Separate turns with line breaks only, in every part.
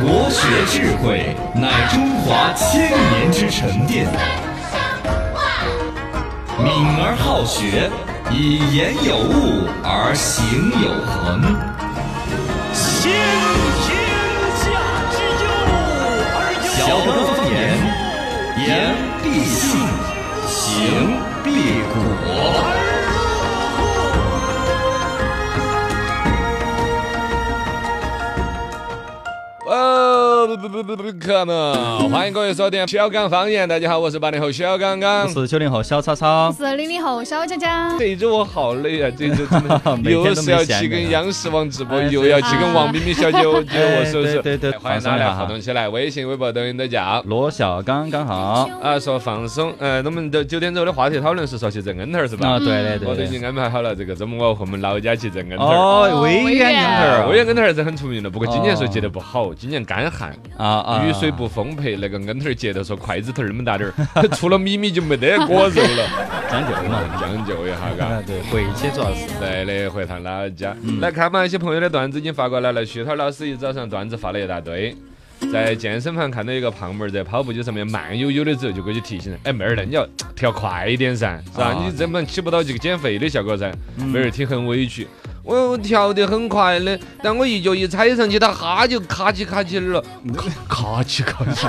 国学智慧乃中华千年之沉淀，敏而好学，以言有物而行有恒。
先天下之忧而忧，
小刚方言，言必信，行必果。
哦，不不不不不可能！欢迎各位收听小刚方言，大家好，我是八零后小刚刚
我。是九零后小超超，
是零零后小佳 佳，
这一周我好累啊，这一周真的
每天
又
都
是要
没闲
去
着
跟
呢
央视网直 播，
哎
又
对
要去跟王冰冰小姐，我觉得我
哎
是不是？
对对对
欢迎
放松一
大家来
下哈
互动起来，微信、微博、抖音都叫。
罗小刚刚好
啊，说放松，呃，我们的九点钟的话题讨论是说去挣恩头儿是吧？
啊，对对
我都
对
已经
对，
安排好了，这个周末我和我们老家去挣恩头儿。
哦，维园
哎
恩
我
头
也
儿
恩头儿是很出名的，不过今年说
哦
结得不好，今年干旱，
啊啊，
雨水不丰沛，那个恩头儿结的说筷子头儿那么大点 儿，除了米米就没得果肉了，
讲究嘛，嗯
将就一下嘎
啊。对，回去主要是
对的，回趟老家。
嗯
来看嘛，一些朋友的段子已经发过来了。徐涛老师一早上段子发了一大堆，在健身房看到一个胖妹儿在跑步机上面慢悠悠的走，就过去提醒她：“哎，妹儿，那你要跳快一点噻，是吧？
啊
你这么起不到这个减肥的效果噻。”
嗯
妹儿听很委屈。我我跳得很快的，但我一脚一踩上去，它哈就卡起卡起的了，
嗯
卡起卡起。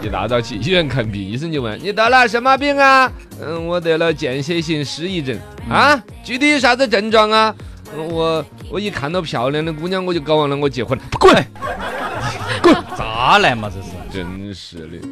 一大早去医院看病，医生就问你得了什么病啊？嗯，我得了间歇性失忆症啊。具体有啥子症状啊？嗯我我一看到漂亮的姑娘，我就搞忘了我结婚了，
滚 滚，渣男嘛这是，
真是的。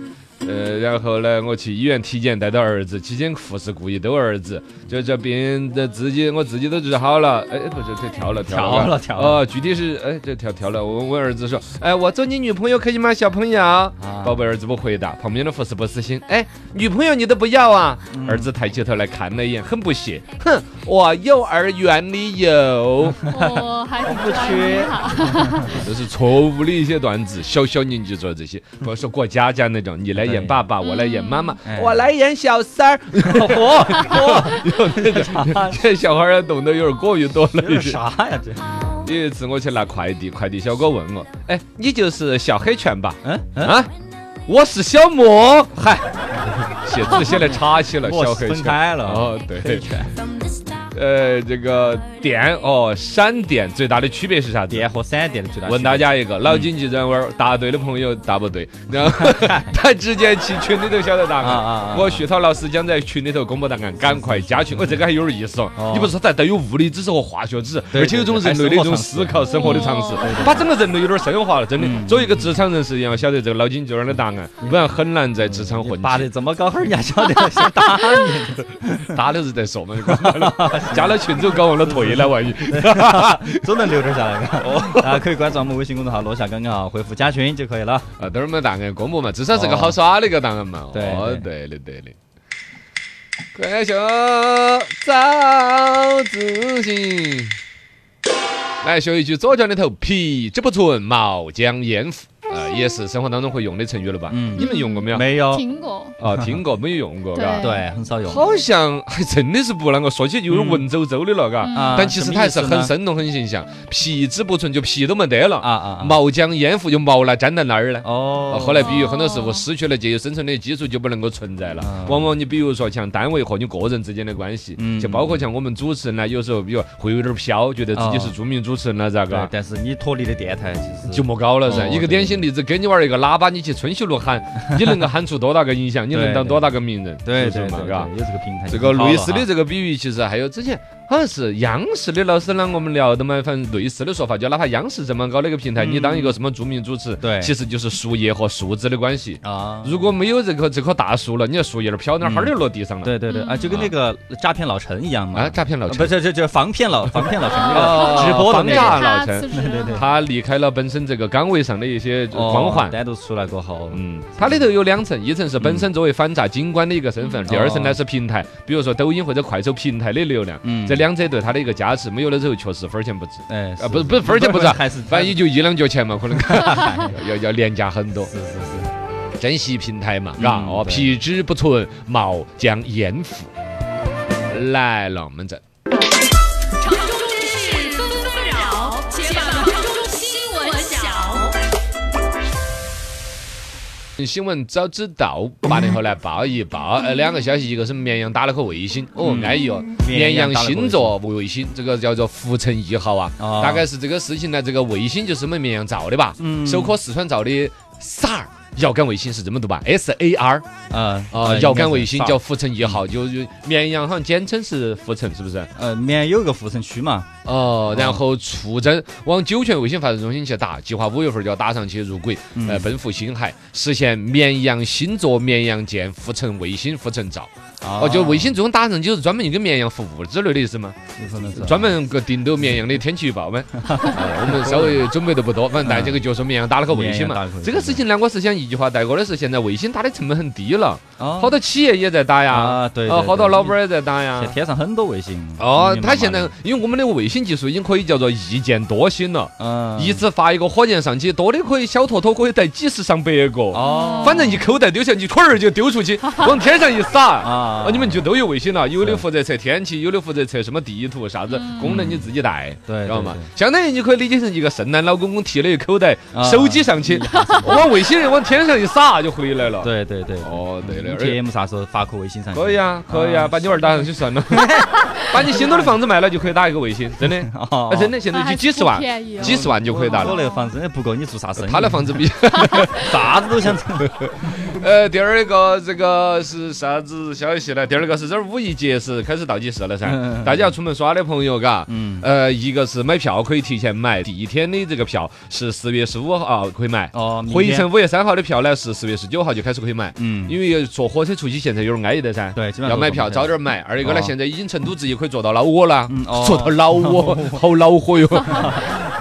呃，然后呢，我去医院体检，带到儿子，期间护士故意逗儿子，就这病这自己我自己都治好了，哎，不是这跳了
跳
了
了跳了
哦，具体是哎这跳跳了，我问儿子说，哎，我做你女朋友可以吗，小朋友？啊宝贝，儿子不回答，旁边的护士不死心，哎，女朋友你都不要啊？儿子抬起头来看了一眼，很不屑，哼，我幼儿园里有，
我还挺不
缺
这是错误的一些段子，小小年纪做这些，不要说过家家那种，你来演爸爸，我来演妈妈，
嗯
我来演小 三儿，
嚯嚯，
这小孩儿懂得有点过于多了
这是。 啥 呀这？
有一次我去拿快递，快递小哥问我，哎，你就是小黑犬吧？
嗯嗯，
啊，我是小莫， 嗨，写字写的差些 了，
我
小黑
分
犬。
开了，
哦，对，呃，这个电哦，闪电最大的区别是啥子？
电和闪电的最大区别，
问大家一
嗯
个脑筋急转弯儿，答对的朋友答不对，然后他直接去群里头晓得答
啊啊
案
啊。
我徐涛老师将在群里头公布答案，赶快加群。我这个还有点意思哦
哦，
你不是他带有物理知识和化学知识，
对
而且有种人类的一种思考、生活的常识
哦，
把整个人类有点升华了。真
嗯
的，作为一个职场人士，一定要晓得这个脑筋急转弯的答案，不然很难在职场混
拔
迹。
得这么高，哈儿人家晓得想打你，
打了是在说嘛，就搞完 了加了群之后搞忘了退了，万一。
总能留点下来
哦
嘎。大家可以关注我们微信公众号“罗夏刚刚好”，回复加群就可以了。
啊，等会儿我们档案公布嘛，至少是个好耍的一个档案嘛。
哦对
哦，对的，对的。快秀早自习，来学一句左脚的头皮，这不存毛将焉附。啊，也是生活当中会用的成语了吧？
嗯
你们用过没有？
没有，啊
听过，
啊，听过没有用过？嘎
对，
对，很少用。
好像还真的是不啷个说起就有点文绉绉的了，嘎。
嗯
啊
但其实它还是
什么
很
意思呢
生动、很形象。皮之不存，就皮都没得了。
啊啊啊！
毛将焉附，就毛呢粘在那儿呢。
哦，
啊后来，比喻很多时候
哦
失去了借由生存的基础，就不能够存在了
啊。
往往你比如说像单位和你个人之间的关系，
嗯
就包括像我们主持人呢，有时候比如会有点飘，觉得自己是著名主持人了，咋
哦对
个，？
但是你脱离了电台，其实
就莫搞了噻。
哦
一个典型例子，给你玩一个喇叭，你去春熙路喊，你能够喊出多大个影响？你能当多大个名人？
对
是
对
不是嘛
对，
嘎
对。有这个平台。
这个
挺好
类似
哈
的这个比喻，其实还有之前好像是央视的老师呢，我们聊的嘛，反正类似的说法，就哪怕央视这么高的一个平台，你当一个什么著名主持，
嗯对
其实就是树叶和树枝的关系。
啊，
如果没有这棵这棵大树了，你看树叶儿飘哪儿，
嗯
哈儿就落地上了。
对对对啊，就跟那个诈骗老陈一样嘛
啊，，诈骗老
啊不是，
陈，
就就防骗老防 骗老陈
哦
那个直播的那
防诈
个，
老
他
陈
辞职了，
他离开了本身这个岗位上的一些呃
哦
光环。
单独出来过后，
嗯，它里头有两层，一层是本身作为反诈警官的一个身
嗯
份，第二层呢是平台，比如说抖音或者快手平台的流量，
嗯
这两者对它的一个加持，没有了之后确实分儿钱不值。
哎
啊，不是不是分儿钱不值啊，
还是
反正也就一两角钱嘛，可能要要廉价很多。
是是是。
珍惜平台嘛，嘎、
嗯
哦，
对
皮之不存，毛将焉附。来，龙门阵。
城中之事纷纷扰，且把城中新闻晓。
新闻早知道，八零后来报一报。呃，两个消息，一个是绵阳打了颗卫星，哦，安逸哦。
绵
绵
阳
阳
打了个
星座卫星，这个叫做福成一号啊，
哦
大概是这个事情呢，这个卫星就是我们绵阳造的吧，首颗四川造的 SAR 遥感卫星是这么读吧，S A R
啊
啊，遥感卫星叫
叫
福成一号，就就绵阳好像简称是福成，是不是？
呃，绵阳有个福成区嘛，
哦，然后出征往酒泉卫星发射中心去打，计划五月份就要打上去入轨，
嗯
呃，奔赴星海，实现绵阳星座绵阳舰复成卫星复成造。
啊
哦，就卫星这种打上去就是专门就跟绵阳服务之类的意思吗？
有可能是啊
专门个顶斗绵阳的天气预报 吗？啊我们稍微准备的不多， 反正大家个就说绵阳打了个卫星
绵阳打
嘛
了个卫。星
这个事情呢，我是想一句话带过的是，现在卫星打的成本很低了，好
好
多企业也在打呀
哦啊，，对，
哦，
对
好多
对
老板也在打呀
现在。天上很多卫星。
哦
密，密麻
他
麻
现在
的
因为我们的卫星技术已经可以叫做一箭多星了，
嗯
一次发一个火箭上去，多的可以小坨坨可以带几十上百个，
哦
反正一口袋丢下去，腿儿就丢 出去，往天上一撒。
啊
啊，你们就都有卫星了，有的
是嗯
负责测天气，有的负责测什么地图，啥子功能你自己带，
对
知道吗
对？
相当于你可以理解成一个圣诞老公公提了一口袋
啊
手机 上去，往卫星人往天上一撒就回来了。，
对嗯对对。
哦，对了，
你
而且
TM 啥时候发颗卫星上去？
可以啊，可以啊，把你娃儿打上去算了， 把你心头的房子卖了就可以打一个 卫星，真的，
哦。
啊真的现在
那还
就几
不
十万，
便宜哦
几十万就可以打
我
了。
那个房子真的哎不够你做啥生意？
他的房子 比，
啥子都想整。
呃，第二个这个是啥子消息呢？第二个是这儿五一节是开始倒计时了噻
嗯嗯，嗯
大家要出门耍的朋友，嘎，
嗯。
呃，一个是买票可以提前买，第一天的这个票是四月十五号呃可以买，
哦，明
回
天
程五月三号的票呢是四月十九号就开始可以买。
嗯，
因为坐火车出去现在有点安逸的噻，
对基本上
要
都
买
是
票
这样
早点买。二一个呢，
哦
现在已经成都直接可以坐到老挝了
嗯哦，
坐到老挝， 好恼火哟！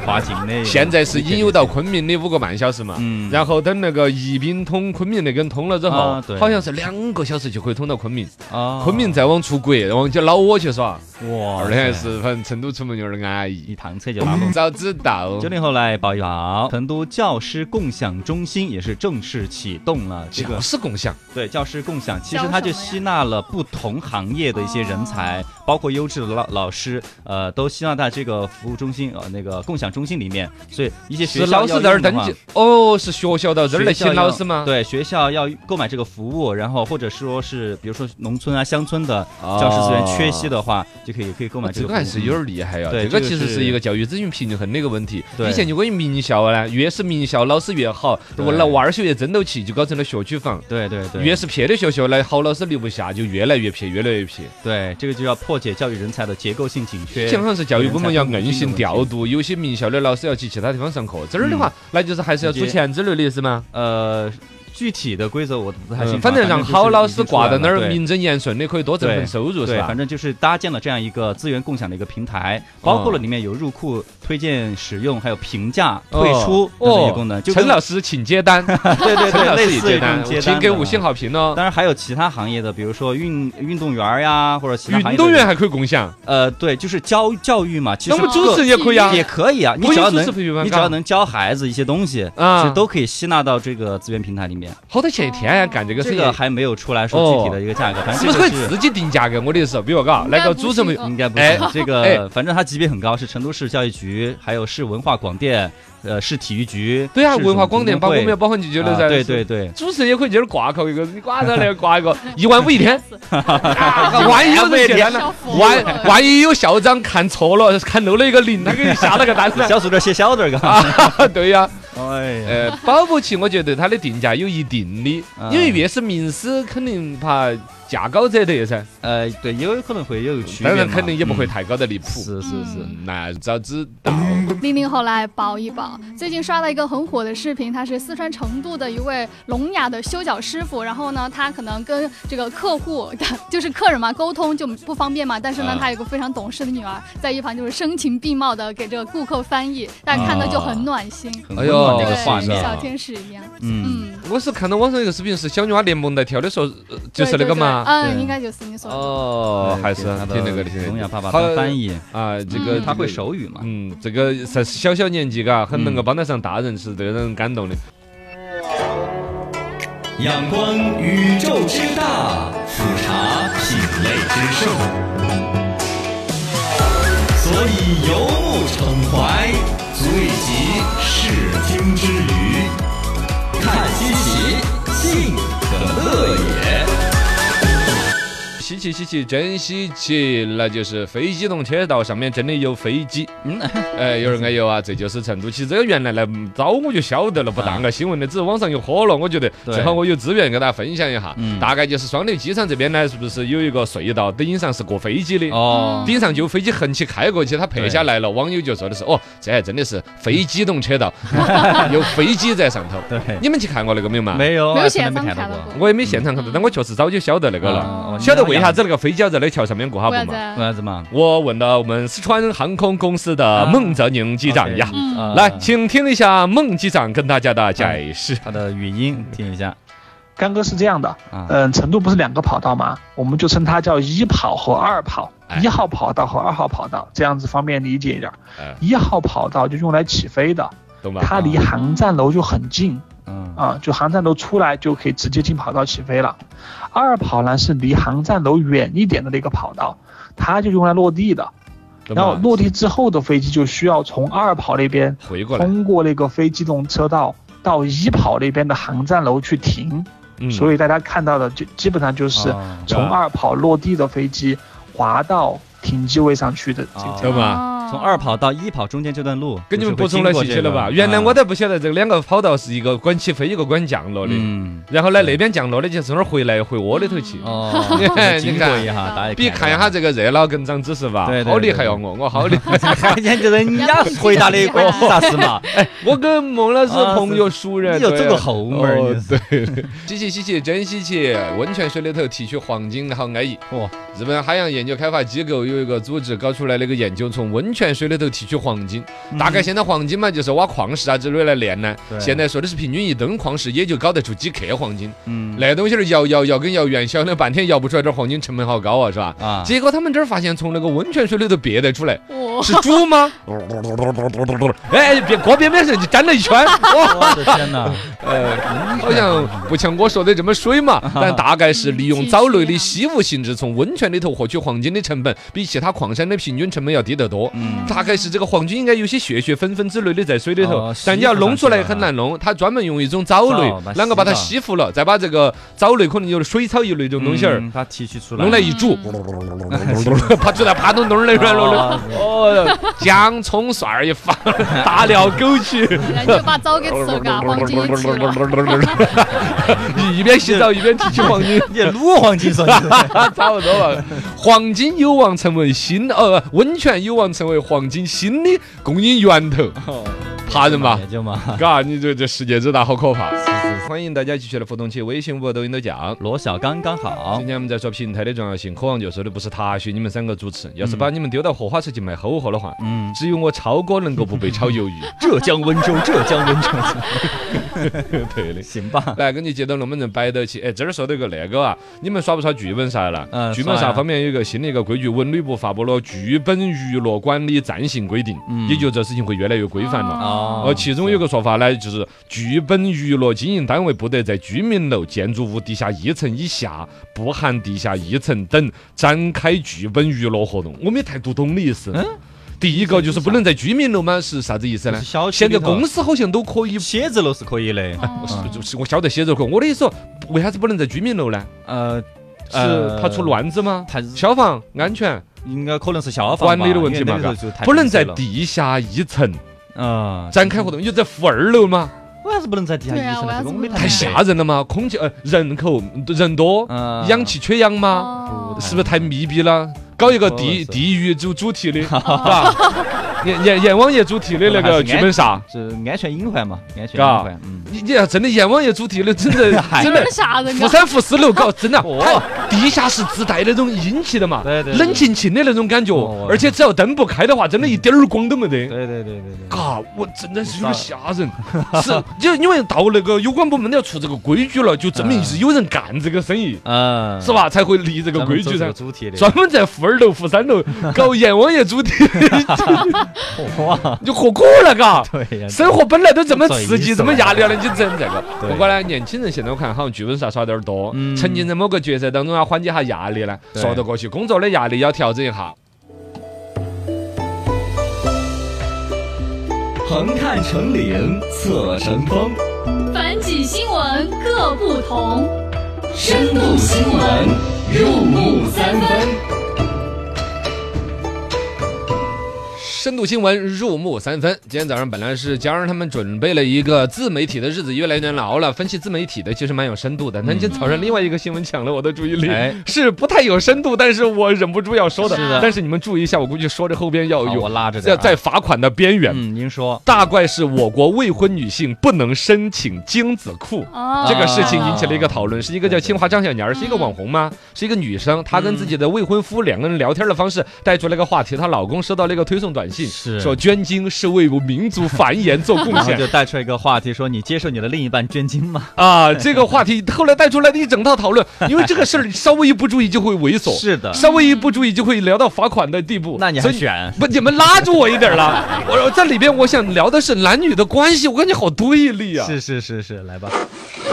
跨境的。
现在是引诱到昆明的五个半小时嘛，
嗯
然后等那个宜宾通昆明那根通了之后
啊对，
好像是两个小时就可以通到昆明，
啊，
昆明再往出国，往去老挝去耍。
哇，
二天还是反正成都出门有点安逸。
一趟车就拉拢。
早知道
九，零后来报一报，成都教师共享中心也是正式启动了。这个
教室共享，
对教师共享，其
教
实
什
它就
么
吸纳了不同行业的一些人才，包括优质的老老师，呃，都吸纳到这个服务中心呃那个共享中心里面。所以一些学
是
校
老
要
师在那儿
用的
登
话
记，哦，是学校到这儿来请
学校要
老师吗？
对，学校要购买这个服务，然后或者说是比如说农村啊、乡村的
哦
教师资源缺稀的话，就可以可以购买
哦这
这个服
个
务。
还是有点厉害呀、啊
对
这个
这个
其实
是
是一个教育资源平衡的一个问题。
对
以前就关于名校呢，越是名校老师越好，如果
对
老娃儿学越争斗气，就搞成了学区房。
对对对，
越是撇的学校呢，好老师留不下，就越来越撇，越来越撇。
对这个就要破解教育人才的结构性紧缺。
这好像是教育部门要硬性调
人才分布
度，有些名校的老师要去其他地方上课。这儿的
嗯
话，那就是还是要出
直接
钱之类的意思吗？
呃，具体的规则我不太清楚啊、
嗯反正让
就是
好老
已
师
经出
挂
来
在
了
那儿，
对
名正言顺的可以多挣份收入，是
对，
吧哦
反？正就是搭建了这样一个资源共享的一个平台，
嗯
包括了里面有入库、推荐、使用，还有评价、
哦
退出等等一些功能。就跟
陈老师请接 单，
对对
陈
对，
老
类
师也
似于这种
接单，
接单
请给
的
五星。好评哦。
当然还有其他行业的，比如说运运动员儿呀，或者其他行业
运
的
动员，还可以共享，
呃，对，就是教教育嘛，其
那
实
我们主
各
持人也可以啊
人。
也可以啊，你
我
只
也
要
主持
能
培训班
你只
干
要能教孩子一些东西，
啊
其实都可以吸纳到这个资源平台里面。
好多钱一天啊，干这个
这
生
个
意，
还没有出来说具体的一个 价格，反
是
正
不
这
是可
个
以
是
自己定价格？我的意思，比如嘎，来个主持人
应该不是
应该不
哎
是这
哎
个，反正它级别很高，是成都市教育局，还有市文化广电，呃，市体育局。
对啊，
市
文化
总
广电
工
把我
会
们要保护进去了噻。
啊对对。对，
主持人也可以今儿挂靠一个，你挂上来挂 一个，一万五一天，啊万一有人接单呢
消？防
万万一有校长看错了，看漏了一个零，他给你下了个单 呢？
小数点写小点儿，嘎。
啊，对呀，
哎呀，
呃，保不齐我觉得它的定价有一定的，
啊
因为越是名师，肯定怕价高者得噻，
呃，对，也有可能会有区别
当
嘛，
然肯定也不会
嗯。
太高的离谱。
是是是，
嗯，那早知道。
零零后来保一保，最近刷到一个很火的视频，他是四川成都的一位聋哑的修脚师傅，然后呢，他可能跟这个客户，就是客人嘛，沟通就不方便嘛，但是呢
啊，
他有个非常懂事的女儿在一旁，就是声情并茂的给这个顾客翻译，但看的就很暖心，
很
哎
温
呦
暖的一
对
个画，
是
面
小
啊。
天使一样，
嗯，
嗯，
我是看到网上有个视频，是小女娃连蹦带跳的时候，呃就是那个嘛。
对对对嗯，
对
应该就是你所说的。
哦，还是
对他的
挺那个的，挺
聋哑爸爸
好
当翻译，
啊，这个
嗯
他会。手语嘛？
嗯，这个才小小年纪，嘎，很能够
嗯
帮得上大人，是令人感动的。
仰观宇宙之大，俯察品类之盛。
所以游目骋怀，足以极视听之娱，看稀奇，信可乐也。
稀奇稀奇，真稀奇！那就是非机动车道上面真的有飞机。
嗯，
哎，有人哎有啊，这就是成都。其实这个原来呢，嗯早我就晓得了，不当个新闻的，只是网上又火了。我觉得
对
正好我有资源给大家分享一下
嗯。
大概就是双流机场这边呢，是不是有一个隧道，顶上是过飞机的？
哦，
顶上就有飞机横起开过去，他拍下来了，网友就说的是哦，这还真的是非机动 车道，有飞机在上头。
对，
你们去看过那个没有嘛？
没有，
没
哎
有写
从来
上
没看
看
到
到
过。
过，
我也没现场看到，但我确实早就晓得那个了。
啊
嗯晓得为啥？子那个飞机要在那桥上面过哈
为啥
不
子
嘛？
哦
嗯
你那个样子为啥子嘛？
我问了我们四川航空公司的孟泽宁机长呀，
嗯
啊
来，请听一下孟机长跟大家的解释。
他的语音听一下
干哥是这样的，
啊。
嗯，成都不是两个跑道吗？我们就称它叫一跑和二跑
哎，
一号跑道和二号跑道，这样子方便理解一点
哎。
一号跑道就用来起飞的，
懂吧？
它离航站楼就很近
嗯
啊，就航站楼出来就可以直接进跑道起飞了。二跑呢是离航站楼远一点的那个跑道，它就用来落地的。
嗯懂吧
然后落地之后的飞机就需要从二跑那边
回过来，
通过那个非机动车道到一跑那边的航站楼去停。
嗯，
所以大家看到的就基本上就是
哦
从二跑落地的飞机滑到停机位上去的这
哦
这
懂吧？
哦
从二跑到一跑中间这段路，
给你们补充
就
了
是会经过
信息
这
了
个
吧？原来我
啊
都不晓得这两个跑道是一个管起飞，一个管降落的。
嗯
然后呢，
对
那边降落的就是那儿回来回窝里头去。
哦，
你看
就是 经过一下，大家也
比看一下这个热闹更长知识吧
对，对
好厉害哟！我我好厉害，
看见这人家回答的哦啥事嘛？
我跟孟老师
啊
朋友熟人，
你有
对
这个后门儿
哦
你
对，稀奇稀奇，真稀奇！温泉水里头提取黄金，好安逸。
哦，
日本海洋研究开发机构有一个组织搞出来那个研究，从温泉水里头提取黄金。大概现在黄金嘛，就是挖矿石啊之类来炼呢。
嗯对
现在说的是平均一吨矿石也就搞得出几克黄金，
嗯
那东西儿摇摇摇跟摇元宵了半天摇不出来，这黄金成本好高啊，是吧？
啊，
结果他们这儿发现，从那个温泉水里头别得出来，
我
是 猪吗？哎，别锅边边上就粘了 一圈，哇，
我的天 哪！
哎好像不像我说的这么水 嘛，但大概是利用藻类的稀无性质从温泉里头获取黄金的成本，比其他矿山的平均成本要低得多。
嗯，
大概是这个黄金应该有些血血粉粉之类的在水里头
哦，
但你要弄出来很难弄。它专门用一种藻
藻哦把
类，
它
啷个把它
吸
吸附了，再把这个藻类可能有水草一类这种东西儿
嗯，它提取出来，
弄来一 煮，爬出来啪咚咚的软软的。
哦
哦，姜、葱、蒜儿一放， 大料狗去，
然后就把枣给吃了，嘎，黄金也吃了。
一边洗澡一边提取黄金，
你卤黄金说 的，
差不多了。黄金有望成为新呃温泉有望成为黄金新的供应源头，怕人哦吧
也？就嘛。
嘎，你这这世界之大，好可怕！
是
欢迎大家继续来互动起，微信、微博、抖音都讲。
罗小刚刚好
今，天我们在说平台的重要性，渴望就说的不是他许你们三个主持，要是把你们丢到荷花池去卖吼货的话，
嗯，
只有我超哥能够不被炒 鱿鱼。
浙江温州，浙江温州，
对的。
行 吧？
来，根据接到龙门阵摆到起，哎，这儿说到一个那个啊，你们耍不耍剧本杀了？
嗯
剧本
耍
杀
呀
方面有一个新的一个规矩，文旅部发布了《剧本娱乐管理暂行规定》，
嗯
也就这事情会越来越规范了。
哦
呃，其中有个说法呢，就是剧本娱乐经营单位不得在居民楼、建筑物地下一层以下（不含地下一层）等展开剧本娱乐活动。我没太读懂的意思。第一个就是不能在居民楼嘛，是啥子意思呢
嗯就是？小区
现
里
在
头
公司好像都可以
写字楼是可以的，
哦
我是就是我晓得写字楼，我的意思说，为啥子不能在居民楼呢？
呃，
是怕出，乱子吗？
他
消防安全
应该可能是消防吧
管理的问题嘛
因为那时候就太
不能在
平时了
地下一层
啊
展开活动，你就在负二楼吗？
为啥子不能在地下一
对啊
层
我
呢？这个
要
我
怎么
没
办
太吓人了吗？空气呃人口人多，
哎嗯
氧气缺氧吗？
哦
是不是太密闭了？搞一个地
哦不是
地狱主 主题的，是吧？阎阎阎王爷主题的那个剧本杀。
是安全隐患嘛？安全
嘎
隐患，嗯，
你你要真的阎王爷主题的，真的
哎
真的
这是啥人
负
啊？
三负四楼搞，真的，
哦
它地下室自带那种阴气的嘛，
对对对
冷清清的那种感觉
哦，
而且只要灯不开的话，真的一点儿光都没得。
对对对对对，
嘎，我真的是有点吓人，是，就因为到那个有关部门都要出这个规矩了，就证明
嗯
是有人干这个生意，
嗯，
是？吧？才会立这个规矩噻。
主题的，
专门在负二楼、负三楼搞阎王爷主题，
哇，
你就何苦了？嘎，
对呀，
生活本来都这么刺
这意
激，
思
这
嘛
么压力了，你整这个。
对
不过呢，年轻人现在我看好像剧本杀耍得有点多，
嗯
沉浸在某个角色当中啊，缓解下压力呢，
对
说得过去。工作的压力要调整一下。
横看成岭侧成峰，
反几新闻各不同，
深度新闻入木三分。
深度新闻入木三分。今天早上本来是江儿他们准备了一个自媒体的日子越来越难熬了，分析自媒体的其实蛮有深度的。但今天早上另外一个新闻抢了我的注意力，
嗯哎
是不太有深度，但是我忍不住要说的。
是的
但是你们注意一下，我估计说着后边要
好我
有
拉着点
要
啊
在罚款的边缘。
嗯，您说
大概是我国未婚女性不能申请精子库。
哦
这个事情引起了一个讨论，是一个叫清华张小年儿，是一个网红吗？是一个女生，她跟自己的未婚夫两个人聊天的方式带出了一个话题，她老公收到了一个推送短信，
是
说捐精是为民族繁衍做 贡
然后
献
就带出一个话题，说你接受你的另一半捐精吗？
啊。这个话题后来带出来的一整套讨 论，因为这个事儿稍微一不注意就会猥琐，
是的，
稍微一不注意就会聊到罚款的地步。
那你
所
还
以
选？
不，你们拉住我一点儿了。我我在里边，我想聊的是男女的关系，我感觉好对立啊。
是是是是，来吧，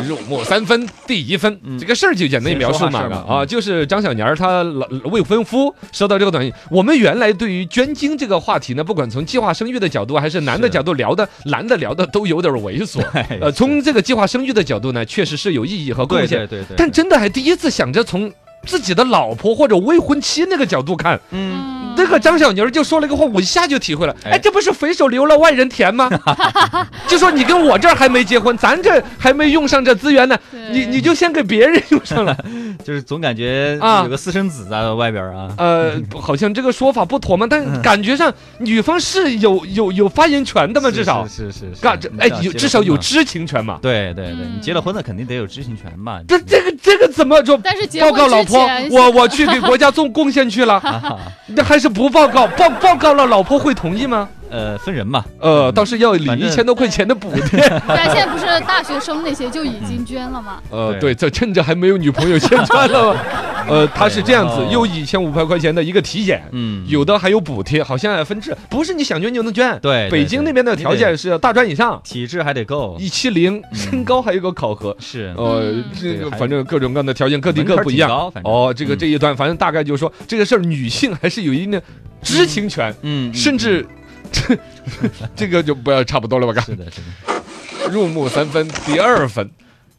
入木三分，第一分，
嗯
这个事儿就简单
先
描述
说
嘛
话事儿吧
啊，
嗯
就是张小年儿她老未婚夫收到这个短信，我们原来对于捐精这个话题呢，不管从计划生育的角度还是男的
是
角度聊的，男的聊的都有点猥 琐。呃，从这个计划生育的角度呢，确实是有意义和贡
对
献
对，对对，
但真的还第一次想着从。自己的老婆或者未婚妻那个角度看，
嗯，
那个张小妮儿就说了一个话，我一下就体会了。哎，
哎
这不是肥手留了外人 田吗？就说你跟我这儿还没结婚，咱这还没用上这资源呢，你你就先给别人 用上了。
就是总感觉
啊
有个私生子在外边儿啊，
呃，不好像这个说法不妥嘛，但
嗯
感觉上女方是有有有发言权的嘛，
是
至少
是嗯啊是是，
嘎
是
这哎
你知道结
有
了
至少
婚
有
嘛
知情权嘛。
对对对，你结了
嗯
婚了肯定得有知情权嘛，
这这个这个怎么说？
但是结
报
婚
告老
之
婆
前，，
我我去给国家做贡献去 了，
啊
那还是不报告？报报告了，老婆会同意吗？
呃分人嘛，
呃，倒是要领
反
一
正
千多块钱的补 贴。
但现在不是大学生那些就已经捐了吗？
呃，
对
对，这趁着还没有女朋友先 穿了吧。呃，他是这样子
对，
有一千五百块钱的一个体检，
嗯，
有的还有补贴，好像还分制，不是你想捐就能捐。
对对
北
对
京
哦
那边的条
你
件
得
是要大专以上，
体质还得够，
一七零，身高还有个考核。
是
呃
嗯，
这
对
个
还
反正各种各样的条件，各地
门
各
槛儿
不一
挺
样。
高反正
哦，这个
嗯
这一段，反正大概就是说，这个事儿女性还是有一定的知情权，
嗯，
甚至 这这个就不要差不多了吧？嘎
是的是的，
入木三分，第二分，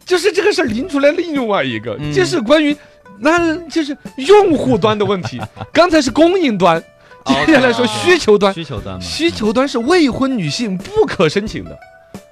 就是这个事儿拎出来另外一个，
嗯
就是关于那就是用户端的问 题。刚才是供应端，
哦
接下来说
OK，OK
需求端。
需求端嘛，
需求端是未婚女性不可申请的，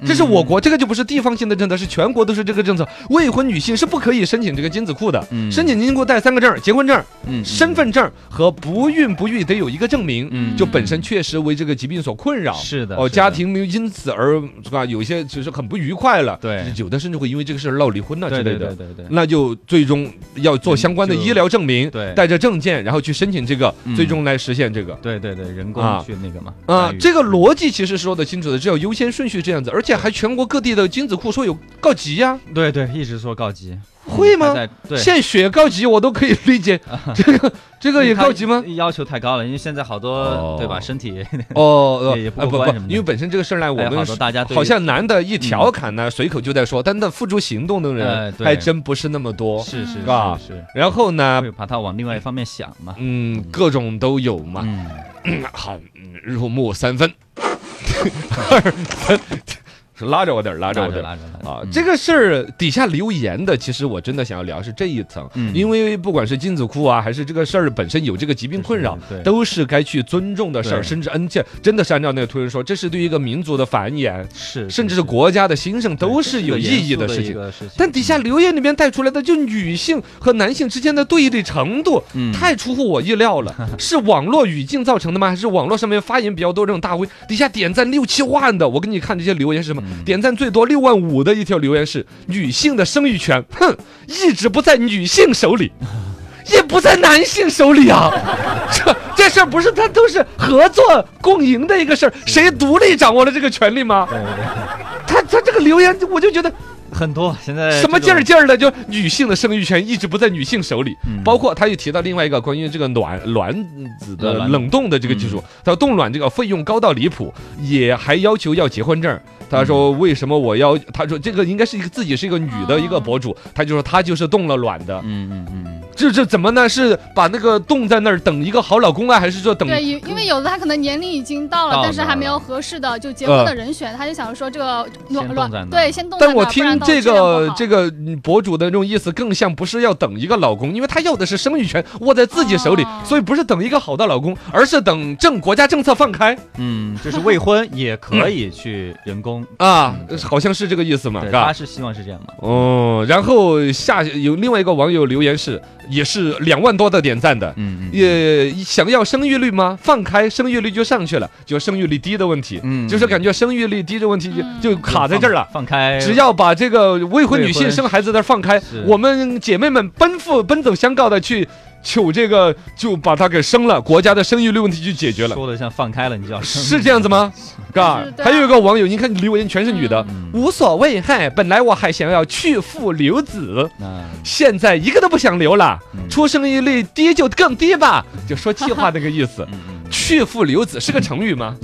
这是
嗯
我国这个就不是地方性的政策，是全国都是这个政策。未婚女性是不可以申请这个精子库的，
嗯
申请精子库带三个证儿：结婚证儿、
嗯
身份证儿和不孕不育得有一个证明，
嗯
就本身确实为这个疾病所困扰。
是的
哦，
是
家
的
庭没有因此而是吧，有些只是很不愉快了，
对
有的甚至会因为这个事儿闹离婚呐之
对
类
对
的，嗯
对对对，
那就最终要做相关的
嗯就
医疗证明，
对
带着证件，然后去申请这个，
嗯
最终来实现这个。
对对对，人
啊
工去那个嘛，
啊
干，预
这个逻辑其实说得清楚的，只要优先顺序这样子，而且还全国各地的精子库说有告急呀、
对对，一直说告急，
会
他
吗？
嗯在对，啊
献血告急我都可以理解，这个这个也告急吗？？
要求太高了，因为现在好
哦
多对吧，身体
哦，
也也不
呃，
过
不不
关什么，的
因为本身这个事儿呢，我
还有好
们
多大家对于
好像男的一调侃呢，随口就在说，但那付诸行动的
哎
人
对
还真不是那么多。
是是
啊
是是，
然后呢，
会把他往另外一方面想嘛，
嗯，各种都有嘛。
嗯，
好，嗯入木三分， 二分， 是拉着我点儿，拉
拉
着
着
我点儿。
拉着拉着
啊，
嗯
这个事儿底下留言的，其实我真的想要聊是这一层，
嗯
因为不管是精子库啊，还是这个事儿本身有这个疾病困扰
就是对，
都是该去尊重的事儿，
对
甚至恩切，真的是按照那个推论说，这是对一个民族的繁衍，
是，
甚至是国家的兴盛，都是有意义
的
的事情。
情
但底下留言里面带出来的，就女性和男性之间的对立程度，
嗯
太出乎我意 料了。是网络语境造成的吗？还是网络上面发言比较多这种大 V 底下点赞六七万的？我给你看这些留言是什么？
嗯
点赞最多六万五的一条留言是：女性的生育权，哼，一直不在女性手 里。也不在男性手里啊， 这这事儿不是他都是合作共赢的一个事儿，谁独立掌握了这个权利吗？
对对对，
他他这个留言，我就觉得
很多现在
什么
呃这
劲
种
儿劲儿的，就女性的生育权一直不在女性手里。
嗯
包括他又提到另外一个关于这个卵卵子
呃
的
卵
冷冻的这个技术，他说冻卵这个费用高到离谱，也还要求要结婚证儿。他说为什么我要？他说这个应该是一个自己是一个女的一个博主，他就说他就是冻了卵的，
嗯嗯嗯，
这这怎么呢？是把那个冻在那儿等一个好老公啊，还是说等？
对，因因为有的他可能年龄已经到了，
到
但是
那儿
还没
了
有合适的就结婚的人
嗯
选，他就想说这个
先
卵
冻在那
卵
儿
对先冻在
但
那儿。
我
不然
听
到
这
质量不
个
好
这个嗯博主的那种意思，更像不是要等一个老公，因为他要的是生育权握在自己手里
哦，
所以不是等一个好的老公，而是等政国家政策放开
嗯，就是未婚也可以去人工，
啊
嗯，
好像是这个意思嘛，
对，
嗯是
他
吧？
是希望是这样嘛。
哦，然后下有另外一个网友留言是，也是两万多的点赞的。
嗯嗯，
也想要生育率吗？放开生育率就上去了，就生育率低的问题，
嗯
就是感觉生育率低这问题
嗯
就就卡在这儿了。
放开，
只要把这个未婚女
未
性
婚
生孩子的放开
是，
我们姐妹们奔赴奔走相告的去求这个，就把她给生了，国家的生育率问题就解决了，
说的像放开了，你就要生
是这样子？吗？嘎
是，的
还有一个网友，你看留言全是女的，
嗯，
无所谓，嗨，本来我还想要去父留子，
那
现在一个都不想留了，
嗯。
出生育率低就更低吧，就说气话那个意 思
嗯嗯，
去父留子是个成语吗？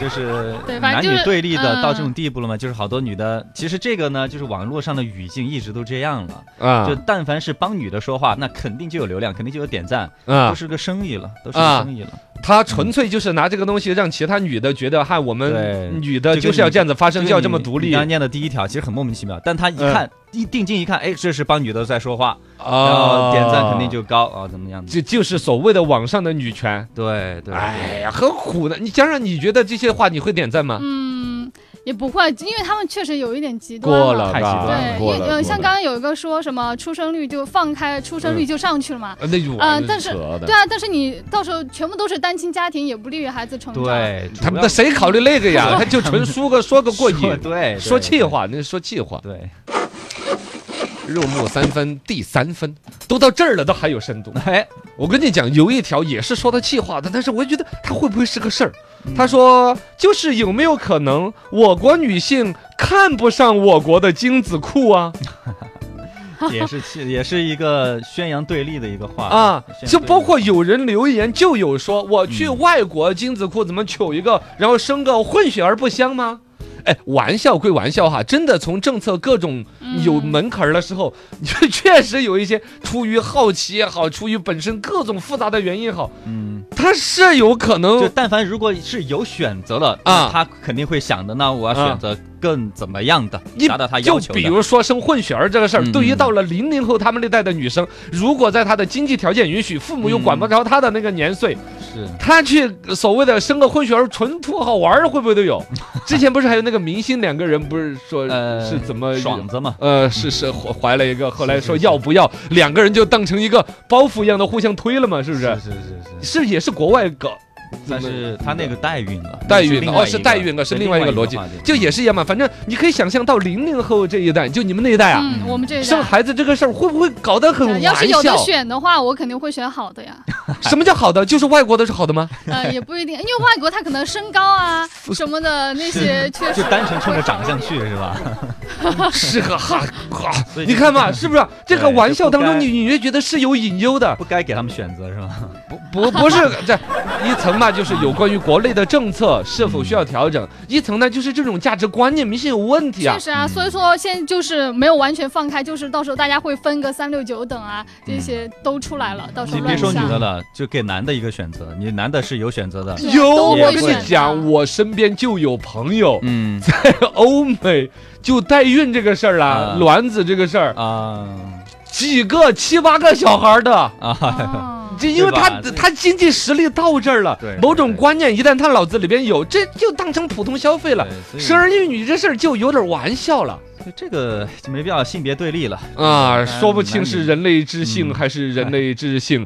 就是
对反
男
正就
女
是
对立的
嗯
到这种地步了吗？就是好多女的，其实这个呢，就是网络上的语境一直都这样了。
啊
就但凡是帮女的说话，那肯定就有流量，肯定就有点赞，都
啊，
是个生意了，都是
啊
个生意了。
他纯粹就是拿这个东西让其他女的觉得，嗨，我
对
们女的
就跟
就是要
你
这样子发
就
声，
是
就要这么
你
独
你
立嗯
刚才念的第一条其实很莫名其妙，但他一看一定睛一看，哎，这是帮女的在说话，然后点赞肯定就高啊，怎么样的？
这哦就是所谓的网上的女权。
对对，
哎呀，很苦的。你想想，你觉得这些话你会点赞吗？
嗯也不会，因为他们确实有一点极端
过了，
太极
吧
端了
对，因
啊过
为
了。
呃
过
像
了
刚刚有一个说什么出生率就放开，出生率就上去了嘛。
呃那种
嗯、
玩意儿
但是
扯的
对啊，但是你到时候全部都是单亲家庭，也不利于孩子成长。
对，
他们
主
那谁考虑那 个呀？他就纯说个说个过
要说
瘾，哎
对，
说
对
气，话，那是说气话。
对，
入木三分，第三分，都到这儿了，都还有深度。
哎，
我跟你讲，有一条也是说的气话的，但是我觉得他会不会是个事儿？
嗯
他说，就是有没有可能我国女性看不上我国的精子库啊？
也是气，也是一个宣扬对立的一个话
啊
宣，扬
就
对
包
立
括有人留言就有说，我去
嗯
外国精子库怎么求一个，然后生个混血儿不香吗？哎，玩笑归玩笑哈，真的从政策各种有
嗯
门槛儿的时候， 你就确实有一些出于好奇也好，出于本身各种复杂的原因也好，
嗯，
它是有可
就
能
但凡如果是有选择了
哦啊
他肯定会想的，那我要选择更怎么样的，
你
达到他
啊就
要求的。
比如说生混血儿这个事儿，
嗯
对于
嗯
到了零零后他们那代的女生，如果在她的经济条件允许，父母又管
嗯
不着她的那个年岁，
是，
他去所谓的生个混血儿，纯图好玩儿，会不会都 有？之前不是还有那个明星两个人，不是说
呃
是怎么
爽？子嘛，
呃，是是怀怀了一个，后来
是
说
是
要不要，两个人就当成一个包袱一样的互相推了嘛，是不是？
是是是，
是也是国外搞，
但是他那个代孕了，
代孕
另
了
外
哦，
一
是
个
代孕了，是
对
另
另
外一
一
个逻辑
话题，
就也是一样嘛。反正你可以想象到零零后这一代，就你们那一代啊，
嗯，我们这一代
生孩子这个事儿会不会搞得很
对
玩
要是有的
笑？
选的话，我肯定会选好的呀。
什么叫好的？就是外国的是好 的吗？
呃，也不一定，因为外国他可能身高啊什么的那些确 实
就单纯冲着长相去是吧？
是个哈哈，
所以
你
就
看嘛，是不是？这个
对
玩
就
笑
不
当中，
该
你隐约觉得是有隐忧的，
不该给他们选择是吧？
不不是这一层嘛，就是有关于国内的政策是否需要调整；一层呢，就是这种价值观念明显有问题啊
嗯确。实啊，所以说现在就是没有完全放开，就是到时候大家会分个三六九等啊，这些都出来了，到时候
你别
乱
说女
下
的了，就给男的一个选择，你男的是有选择的，
是
有，
都
我
会
跟你
选的
讲，我身边就有朋友
嗯
在欧美就代孕这个事儿啦
啊，
卵子这个事儿，
啊
几个七八个小孩儿的。
啊，
哦
就因为
对
他
吧这
他经济实力到这儿了
对，
某种
对
观念一旦他脑子里边有，这就当成普通消费了。
对所以
生儿育女这事儿就有点玩笑了
所以这个就没必要性别对立了。
啊，
嗯
说不清
男
是
女
人类之性
嗯
还是人类之性。